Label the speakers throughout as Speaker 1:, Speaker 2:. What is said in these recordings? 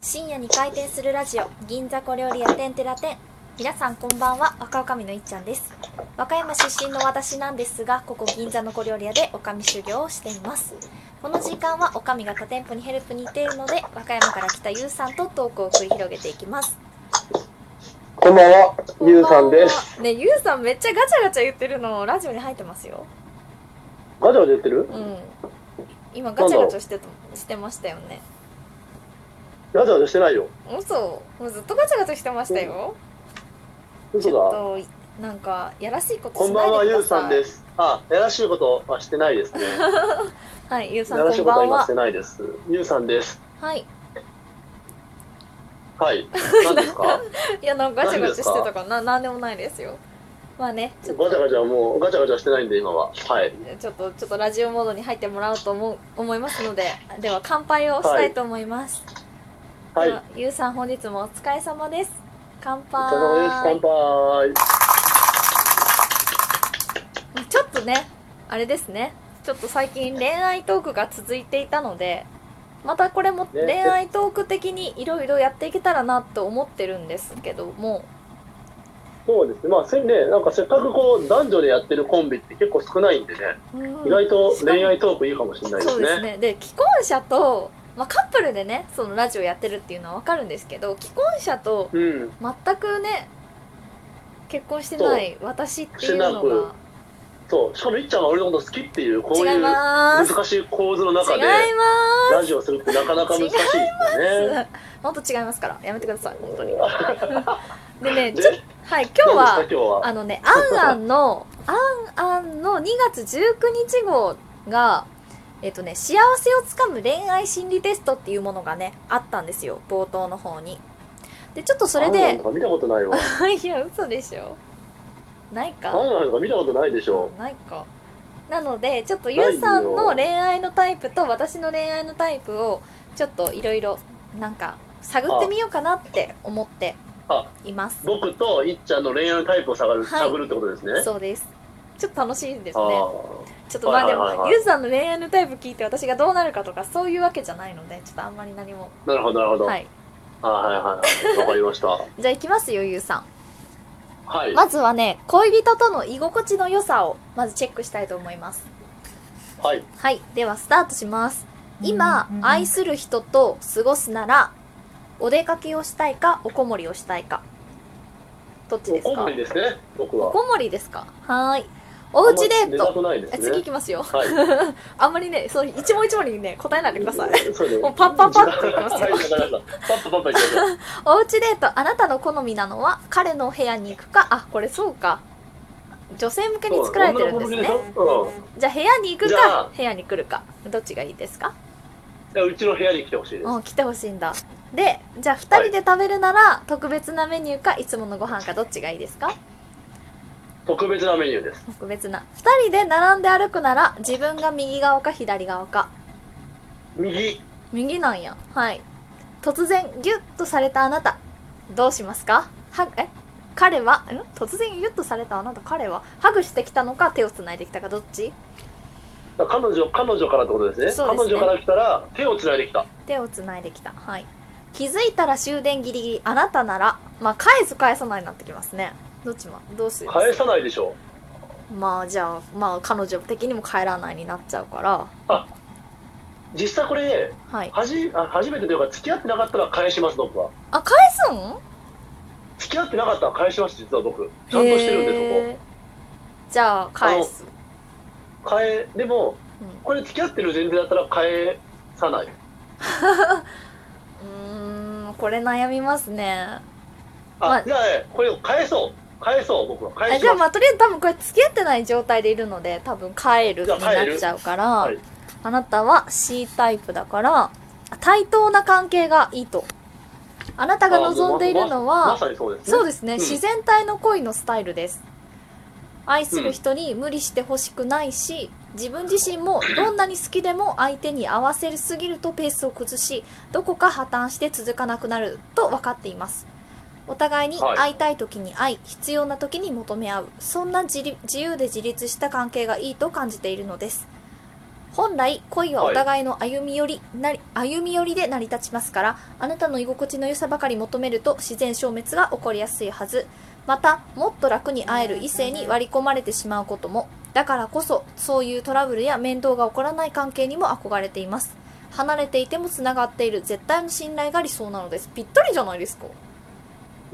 Speaker 1: 深夜に開店するラジオ銀座小料理屋店テラ店皆さんこんばんは若女将のいっちゃんです和歌山出身の私なんですがここ銀座の小料理屋で女将修行をしていますこの時間は女将が他店舗にヘルプに行っているので和歌山から来たゆうさんとトークを繰り広げていきます
Speaker 2: こんばんは、ゆうさんです。
Speaker 1: ねゆうさんめっちゃガチャガチャ言ってるのラジオに入ってますよ
Speaker 2: ガチャガチャ言ってる
Speaker 1: うん今ガチャガチャしてとしてましたよね
Speaker 2: ガチャガチャしてないよ。
Speaker 1: 嘘もうずっとガチャガチャしてましたよ、ち
Speaker 2: 嘘
Speaker 1: ょっ
Speaker 2: だ。
Speaker 1: となんかやらしいこと
Speaker 2: こんばんは、
Speaker 1: しないで
Speaker 2: ゆう
Speaker 1: ください
Speaker 2: さんです。あ、やらしいことはしてな いですね。や
Speaker 1: はいゆうさん
Speaker 2: ら
Speaker 1: こ
Speaker 2: しい
Speaker 1: ん
Speaker 2: こと
Speaker 1: ば
Speaker 2: は
Speaker 1: ん
Speaker 2: 今
Speaker 1: は
Speaker 2: してないです。ゆうさんです。
Speaker 1: はい
Speaker 2: はい。何ですか
Speaker 1: いやなんかガチャガチャしてたからななんでもないですよまあねちょっ
Speaker 2: ガチャ
Speaker 1: と
Speaker 2: ガチャはもう、ガチャガチャしてないんで、今は。はい。
Speaker 1: ちょっとちょっとラジオモードに入ってもらおうと思う思いますのででは乾杯をしたいと思います、
Speaker 2: はい。
Speaker 1: ではゆうさん本日もお疲れ様です乾
Speaker 2: お疲れ様です。
Speaker 1: 杯
Speaker 2: 乾杯。
Speaker 1: ちょっとねあれですねちょっと最近恋愛トークが続いていたのでまたこれも
Speaker 2: ね
Speaker 1: 恋愛トーク的にいろいろやっていけたらなと思ってるんですけども
Speaker 2: そうですね。まあ、せんね、なんかせっかくこう、男女でやってるコンビって結構少ないんでね、
Speaker 1: うん
Speaker 2: 意外と恋愛トークいいかもしれないで
Speaker 1: そ
Speaker 2: す
Speaker 1: う
Speaker 2: ね。
Speaker 1: ですねで既婚者と、まあ、カップルでねそのラジオやってるっていうのはわかるんですけど既婚者と
Speaker 2: うん。
Speaker 1: 全くね結婚してない私っていうの
Speaker 2: してな
Speaker 1: が
Speaker 2: そう。しかも、いっちゃんは俺のこと好きっていう、こう
Speaker 1: 違
Speaker 2: い
Speaker 1: いうま
Speaker 2: 難
Speaker 1: ーす
Speaker 2: しい構図の
Speaker 1: 違
Speaker 2: 中
Speaker 1: い
Speaker 2: で、
Speaker 1: ま
Speaker 2: ラジオするってなかなか難しいですよね。
Speaker 1: すもっと違いますからやめてください本当に
Speaker 2: あ
Speaker 1: でね
Speaker 2: で
Speaker 1: ちょはい今日
Speaker 2: 何
Speaker 1: は
Speaker 2: ですか今日は。
Speaker 1: あのね、アンアンの、アンアンの2月19日号が、えっとね、幸せをつかむ恋愛心理テストっていうものがね、あったんですよ、冒頭の方に。で、ちょっとそれ
Speaker 2: アンアン
Speaker 1: で
Speaker 2: と、か見たことないわ。
Speaker 1: いや、嘘でしょ。ない
Speaker 2: ア
Speaker 1: か。
Speaker 2: ンアンとか見たことないでしょ。
Speaker 1: ないか。なので、ちょっと
Speaker 2: ないよ
Speaker 1: ゆうさんの恋愛のタイプと私の恋愛のタイプを、ちょっといろいろ、なんか、探ってみようかなって思って
Speaker 2: あ
Speaker 1: います。
Speaker 2: 僕といっちゃんの恋愛のタイプを探る、
Speaker 1: はい
Speaker 2: 探るってことですね。
Speaker 1: そうです。ちょっと楽しいです
Speaker 2: あ
Speaker 1: ね。ちょっとまあで
Speaker 2: はいはいはい
Speaker 1: も、
Speaker 2: はい
Speaker 1: ゆうさんの恋愛のタイプ聞いて私がどうなるかとかそういうわけじゃないので、ちょっとあんまり何も。
Speaker 2: あ、なるほど、なるほど。は、
Speaker 1: はいい。
Speaker 2: はい、はい。わかりました。は
Speaker 1: じゃあ行きますよ、ゆうさん。
Speaker 2: い。
Speaker 1: まずはね、恋人との居心地の良さをまずチェックしたいと思います。
Speaker 2: はい。
Speaker 1: はい。では、スタートします。今、愛する人と過ごすなら、お出かけをしたいか、おこもりをしたいか。どっち
Speaker 2: お
Speaker 1: です
Speaker 2: コ
Speaker 1: か
Speaker 2: ンビですね、僕
Speaker 1: お
Speaker 2: は。
Speaker 1: こもりですかはーい。おうち
Speaker 2: あん
Speaker 1: デ
Speaker 2: ま
Speaker 1: ー
Speaker 2: 出たく
Speaker 1: ト。
Speaker 2: ないです
Speaker 1: え
Speaker 2: ね。
Speaker 1: 次行きますよ。
Speaker 2: はい。
Speaker 1: あんまりね、その一問一問にね、答えないでください。
Speaker 2: そうね
Speaker 1: もうパッパッパッといきますよ
Speaker 2: はい、わかりました。パッパパッパいきますよ。
Speaker 1: おうちデートあなたの好みなのは彼のお部屋に行くかあこれそうか女性向け に作られてるんですね
Speaker 2: そう女の子向けでしょうん
Speaker 1: じゃあ部屋に行く
Speaker 2: じゃ
Speaker 1: か
Speaker 2: あ
Speaker 1: 部屋に来るかどっちがいいですか
Speaker 2: じゃあうちの部屋に来てほしいです。
Speaker 1: うん来てほしいんだでじゃあ2人で食べるなら、特別なメニューかいつものご飯かどっちがいいですか
Speaker 2: 特別なメニューです。
Speaker 1: 特別な2人で並んで歩くなら自分が右側か左側か
Speaker 2: 右。
Speaker 1: 右なんやはい突然ギュッとされたあなたどうしますかはえ彼はん突然ギュッとされたあなた彼はハグしてきたのか手をつないできたかどっち
Speaker 2: 彼女、彼女からってことですね。
Speaker 1: そうですね
Speaker 2: 彼女から来たら、手を繋いできた。
Speaker 1: 手をつないできたはい気づいたら終電ギリギリあなたならまあ返す返さないになってきますねどっちもどうする
Speaker 2: 返さないでしょ。
Speaker 1: まあじゃあまあ彼女的にも帰らないになっちゃうから
Speaker 2: 実際これ、
Speaker 1: はい
Speaker 2: はじあ初めてというか、付き合ってなかったら返します、僕は。
Speaker 1: あ返すん
Speaker 2: 付き合ってなかったら返します、実は僕。ちゃんとしてるんで、
Speaker 1: へーじゃあ返す
Speaker 2: そこ。返、でも、
Speaker 1: うん
Speaker 2: これ付き合ってる前提だったら返さない。
Speaker 1: うーんこれ悩みますね
Speaker 2: あ、
Speaker 1: まあ
Speaker 2: じゃあ、ね、これを返そう。返そう、僕は。
Speaker 1: あ
Speaker 2: 返し
Speaker 1: じゃあ
Speaker 2: ます。
Speaker 1: まあとりあえず多分これ付き合ってない状態でいるので多分帰るに
Speaker 2: じゃ
Speaker 1: な
Speaker 2: あ帰る
Speaker 1: っちゃうから、
Speaker 2: はい
Speaker 1: あなたは C タイプだから対等な関係がいいとあなたが望んでいるの
Speaker 2: ま
Speaker 1: は
Speaker 2: さにそうですね。
Speaker 1: そうですね、
Speaker 2: うん
Speaker 1: 自然体の恋のスタイルです愛する人に無理してほしくないし自分自身もどんなに好きでも相手に合わせすぎるとペースを崩しどこか破綻して続かなくなると分かっていますお互いに
Speaker 2: はい
Speaker 1: 会いたい時に会い必要な時に求め合うそんな自立自由で自立した関係がいいと感じているのです本来恋はお互いの歩み寄り,、なり歩み寄りで成り立ちますからあなたの居心地の良さばかり求めると自然消滅が起こりやすいはずまたもっと楽に会える異性に割り込まれてしまうこともだからこそそういうトラブルや面倒が起こらない関係にも憧れています離れていてもつながっている絶対の信頼が理想なのですぴったりじゃないですか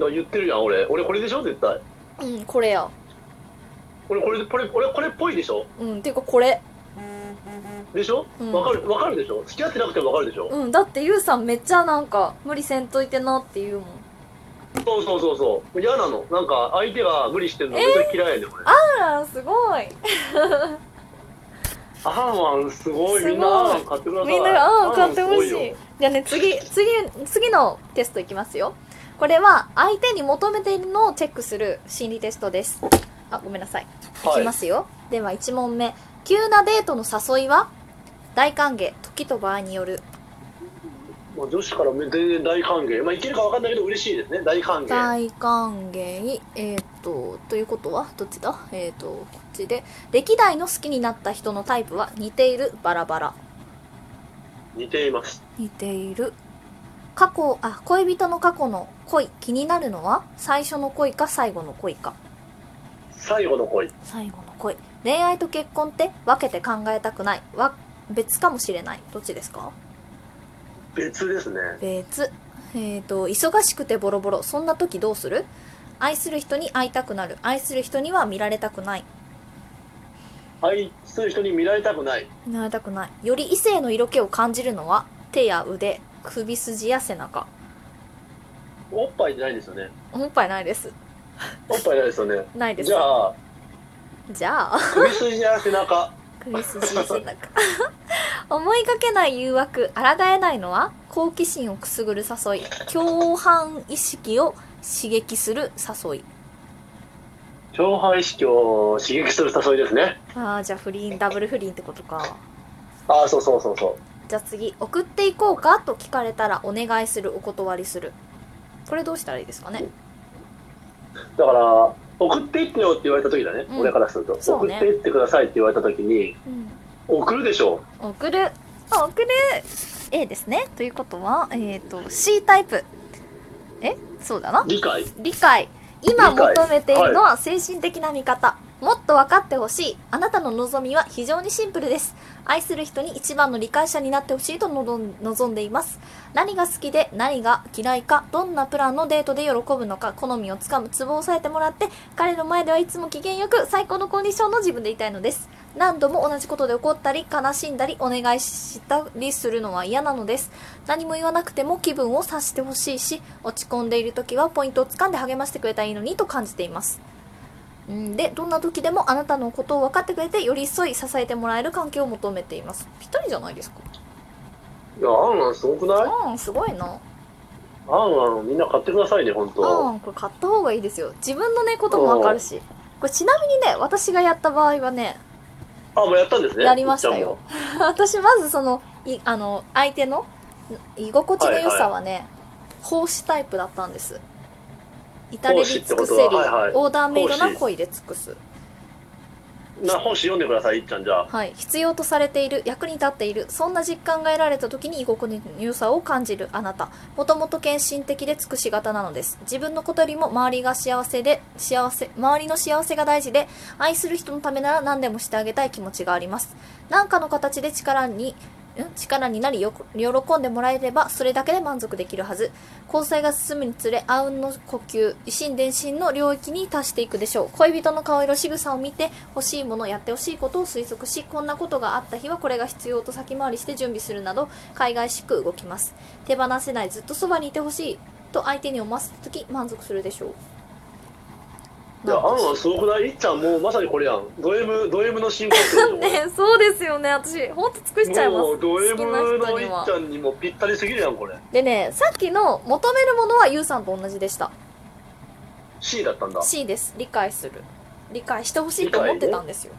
Speaker 2: だ言ってるやん俺俺これでしょ絶対
Speaker 1: うんこれや
Speaker 2: 俺これこれ俺これっぽいでしょ
Speaker 1: うんていうかこれ
Speaker 2: でしょ
Speaker 1: うん
Speaker 2: わかるわかるでしょ付き合ってなくてもわかるでしょ
Speaker 1: うんだってゆうさんめっちゃなんか無理せんといてなって言うもん
Speaker 2: そうそうそうそう嫌なのなんか相手が無理してるのめっちゃ嫌いやねん俺
Speaker 1: あらすごい
Speaker 2: アハンワンすごい
Speaker 1: すごい
Speaker 2: みんなアハン買ってください
Speaker 1: みんながああ買ってほし
Speaker 2: アハンワンすご
Speaker 1: い
Speaker 2: よ
Speaker 1: じゃあね次次次のテストいきますよこれは相手に求めているのをチェックする心理テストですあごめんなさいい
Speaker 2: はい
Speaker 1: きますよ、では1問目急なデートの誘いは大歓迎時と場合による
Speaker 2: もう女子から全然大歓迎まあいけるかわかんないけど嬉しいですね大歓迎
Speaker 1: 大歓迎えっ、とということはどっちだえっ、とこっちで歴代の好きになった人のタイプは似ているバラバラ
Speaker 2: 似ています
Speaker 1: 似ている過去あ恋人の過去の恋気になるのは最初の恋か最後の恋か
Speaker 2: 最後の恋
Speaker 1: 最後の恋恋愛と結婚って分けて考えたくないわ別かもしれないどっちですか
Speaker 2: 別ですね
Speaker 1: 別えっ、と忙しくてボロボロそんな時どうする愛する人に会いたくなる愛する人には見られたくない
Speaker 2: 愛する人に見られたくない
Speaker 1: 見られたくないより異性の色気を感じるのは手や腕首筋や背中
Speaker 2: おっぱいじゃないですよね
Speaker 1: おっぱいないです
Speaker 2: おっぱいないですよね
Speaker 1: ないです
Speaker 2: じゃあ
Speaker 1: じゃあ
Speaker 2: 首筋や背中
Speaker 1: 首筋背中 思いがけない誘惑抗えないのは好奇心をくすぐる誘い共犯意識を刺激する誘い
Speaker 2: 上半意識を刺激する誘いですね
Speaker 1: ああじゃあ不倫ダブル不倫ってことか
Speaker 2: ああそうそうそうそう
Speaker 1: じゃあ次送っていこうかと聞かれたらお願いするお断りするこれどうしたらいいですかね
Speaker 2: だから送っていってよって言われた時だね、
Speaker 1: うん
Speaker 2: 俺からすると、
Speaker 1: そう
Speaker 2: 送っ
Speaker 1: ね
Speaker 2: ていってくださいって言われた時に
Speaker 1: うん
Speaker 2: 送るでしょ
Speaker 1: 送るあ送る A ですねということはえっ、と C タイプえそうだな
Speaker 2: 理解
Speaker 1: 理解今
Speaker 2: 理解
Speaker 1: 求めているのは精神的な見方、もっと分かってほしいあなたの望みは非常にシンプルです愛する人に一番の理解者になってほしいとのどん望んでいます何が好きで何が嫌いかどんなプランのデートで喜ぶのか好みをつかむツボを押さえてもらって彼の前ではいつも機嫌よく最高のコンディションの自分でいたいのです何度も同じことで怒ったり悲しんだりお願いしたりするのは嫌なのです何も言わなくても気分を察してほしいし落ち込んでいる時はポイントをつかんで励ましてくれたらいいのにと感じていますうんでどんな時でもあなたのことを分かってくれて寄り添い支えてもらえる関係を求めていますぴったりじゃないですか
Speaker 2: いやあんあんすごくない
Speaker 1: うんすごいな
Speaker 2: あんあんみんな買ってくださいね本当
Speaker 1: うんこれ買った方がいいですよ自分のねことも分かるしこれちなみにね私がやった場合はね
Speaker 2: あもうやったんですね
Speaker 1: やりました
Speaker 2: いっちゃん
Speaker 1: よ
Speaker 2: も
Speaker 1: 私まずそのいあの相手の居心地の良さはね、奉仕タイプだったんです至れり尽くせり、
Speaker 2: 奉仕ってことははいはい
Speaker 1: オーダーメイドな恋で尽くす
Speaker 2: な本誌読んでくださいいっちゃんじゃあ
Speaker 1: はい、必要とされている役に立っているそんな実感が得られた時に居心地の良さを感じるあなたもともと献身的で尽くし型なのです自分のことよりも周りが幸せで幸せ周りの幸せが大事で愛する人のためなら何でもしてあげたい気持ちがあります何かの形で力にん力になりよ喜んでもらえればそれだけで満足できるはず交際が進むにつれあうんの呼吸一心伝心の領域に達していくでしょう恋人の顔色仕草を見て欲しいものやってほしいことを推測しこんなことがあった日はこれが必要と先回りして準備するなど海外しく動きます手放せないずっとそばにいてほしいと相手に思わせた時満足するでしょう
Speaker 2: いやあんあ
Speaker 1: なん
Speaker 2: すごくないいっちゃんもうまさにこれやんド M ド M の進行するよ
Speaker 1: ん ねそうですよね私ほんと尽くしちゃいます
Speaker 2: もうド M
Speaker 1: 好きな人
Speaker 2: のい
Speaker 1: に
Speaker 2: っ
Speaker 1: は
Speaker 2: ちゃんにもぴったりすぎるやんこれ
Speaker 1: でねさっきの求めるものはゆうさんと同じでした
Speaker 2: C だったんだ
Speaker 1: C です理解する理解してほしいと思ってたんですよ、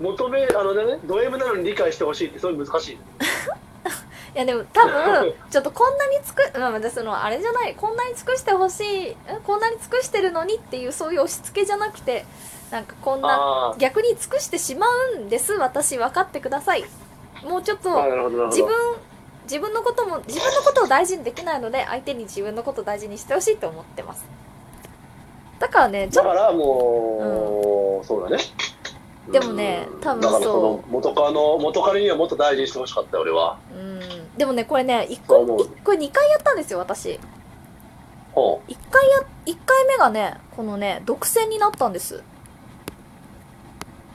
Speaker 2: 求めあのねド M なのに理解してほしいってすごい難しい
Speaker 1: いやでも多 分ちょっとこんなにつく、まあ、まあそのあれじゃないこんなに尽くしてほしいんこんなに尽くしてるのにっていうそういう押し付けじゃなくてなんかこんな
Speaker 2: あ
Speaker 1: 逆に尽くしてしまうんです私分かってくださいもうちょっ
Speaker 2: ーあ
Speaker 1: と
Speaker 2: ー、なるほど、なるほ
Speaker 1: 自
Speaker 2: ど
Speaker 1: 分。自分のことも自分のことを大事にできないので相手に自分のことを大事にしてほしいと思ってますだからねち
Speaker 2: だ
Speaker 1: ょっ
Speaker 2: からもう、そうだね。
Speaker 1: でもね
Speaker 2: うん
Speaker 1: 多分
Speaker 2: だから
Speaker 1: そう
Speaker 2: の元カノ、元カノにはもっと大事にしてほしかったよ、俺は。
Speaker 1: とうんでもねこれね1
Speaker 2: そう
Speaker 1: 個
Speaker 2: 思う
Speaker 1: 一個2回やったんですよ私
Speaker 2: ほ
Speaker 1: 1回や1回目がねこのね独占になったんです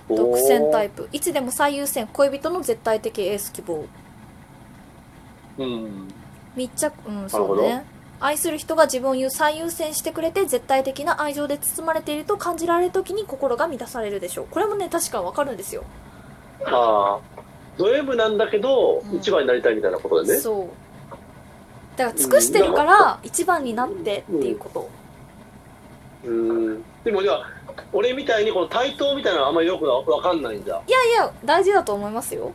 Speaker 2: う
Speaker 1: 独占タ
Speaker 2: イ
Speaker 1: イプいつでも最優先恋人の絶対的エース希望
Speaker 2: プ。うん。
Speaker 1: 密着うん
Speaker 2: なる
Speaker 1: そ
Speaker 2: ほ
Speaker 1: う
Speaker 2: ど
Speaker 1: ね愛する人が自分を最優先してくれて絶対的な愛情で包まれていると感じられる時に心が満たされるでしょうこれもね確かわかるんですよ、
Speaker 2: ああ。ド M なんだけど、
Speaker 1: うん
Speaker 2: 一番になりたいみたいなことだよね。
Speaker 1: そうだから尽くしてるから一番になってっていうこと、
Speaker 2: うん。でも、じゃあ、俺みたいにこの対等みたいなのはあんまりよくわわかんないんだ。
Speaker 1: いやいや大事だと思いますよ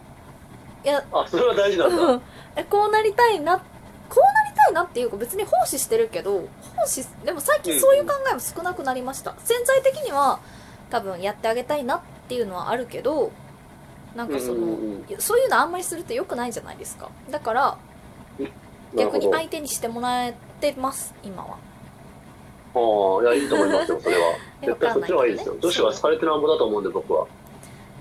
Speaker 1: いや
Speaker 2: あ、それは大事なんだ。
Speaker 1: えこうなりたいなこうなりたいなっていうか別に奉仕してるけど奉仕でも最近そういう考えも少なくなりました、潜在的には多分やってあげたいなっていうのはあるけどなんかその、
Speaker 2: うんうんうん
Speaker 1: いやそういうのあんまりすると良くないじゃないですかだから
Speaker 2: なるほ
Speaker 1: 逆に
Speaker 2: ど。
Speaker 1: 相手にしてもらえてます今は。
Speaker 2: ああ、いや、いいと思いますよ、それは
Speaker 1: いや
Speaker 2: 絶対そっちの方がいいで
Speaker 1: わかんないけ
Speaker 2: すよ。
Speaker 1: どね
Speaker 2: 女子は好かれてなんぼだと思うんで、僕は。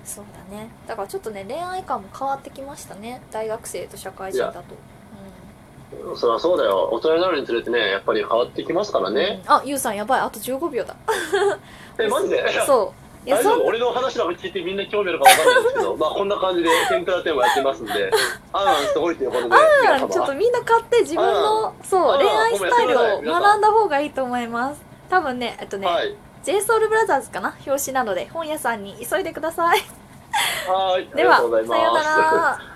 Speaker 1: そうだねだからちょっとね恋愛観も変わってきましたね大学生と社会人だと、
Speaker 2: そりゃそうだよ。大人になるにつれてね、やっぱり変わってきますから
Speaker 1: うん
Speaker 2: ね。
Speaker 1: うんあゆうさんやばいあと15秒だ
Speaker 2: え、マジで
Speaker 1: そういや
Speaker 2: 大
Speaker 1: そ
Speaker 2: 丈
Speaker 1: ん
Speaker 2: 夫俺の話なんか聞いてみんな興味あるかわかんないです けど、まあこんな感じでセンターテーマやってますんで、あーあんすごいということで、皆
Speaker 1: ちょっと
Speaker 2: 様。
Speaker 1: みんな買って自分のそう
Speaker 2: あ
Speaker 1: 恋愛スタイル
Speaker 2: ごめんなさ
Speaker 1: を
Speaker 2: い皆さ
Speaker 1: 学
Speaker 2: ん
Speaker 1: んだ方がいいと思います多分ねえっとね、
Speaker 2: はい。
Speaker 1: JSOULBROTHERS かな表紙なので本屋さんに急いでください
Speaker 2: はい。
Speaker 1: では
Speaker 2: ありがとうござい
Speaker 1: さよう
Speaker 2: ます
Speaker 1: なら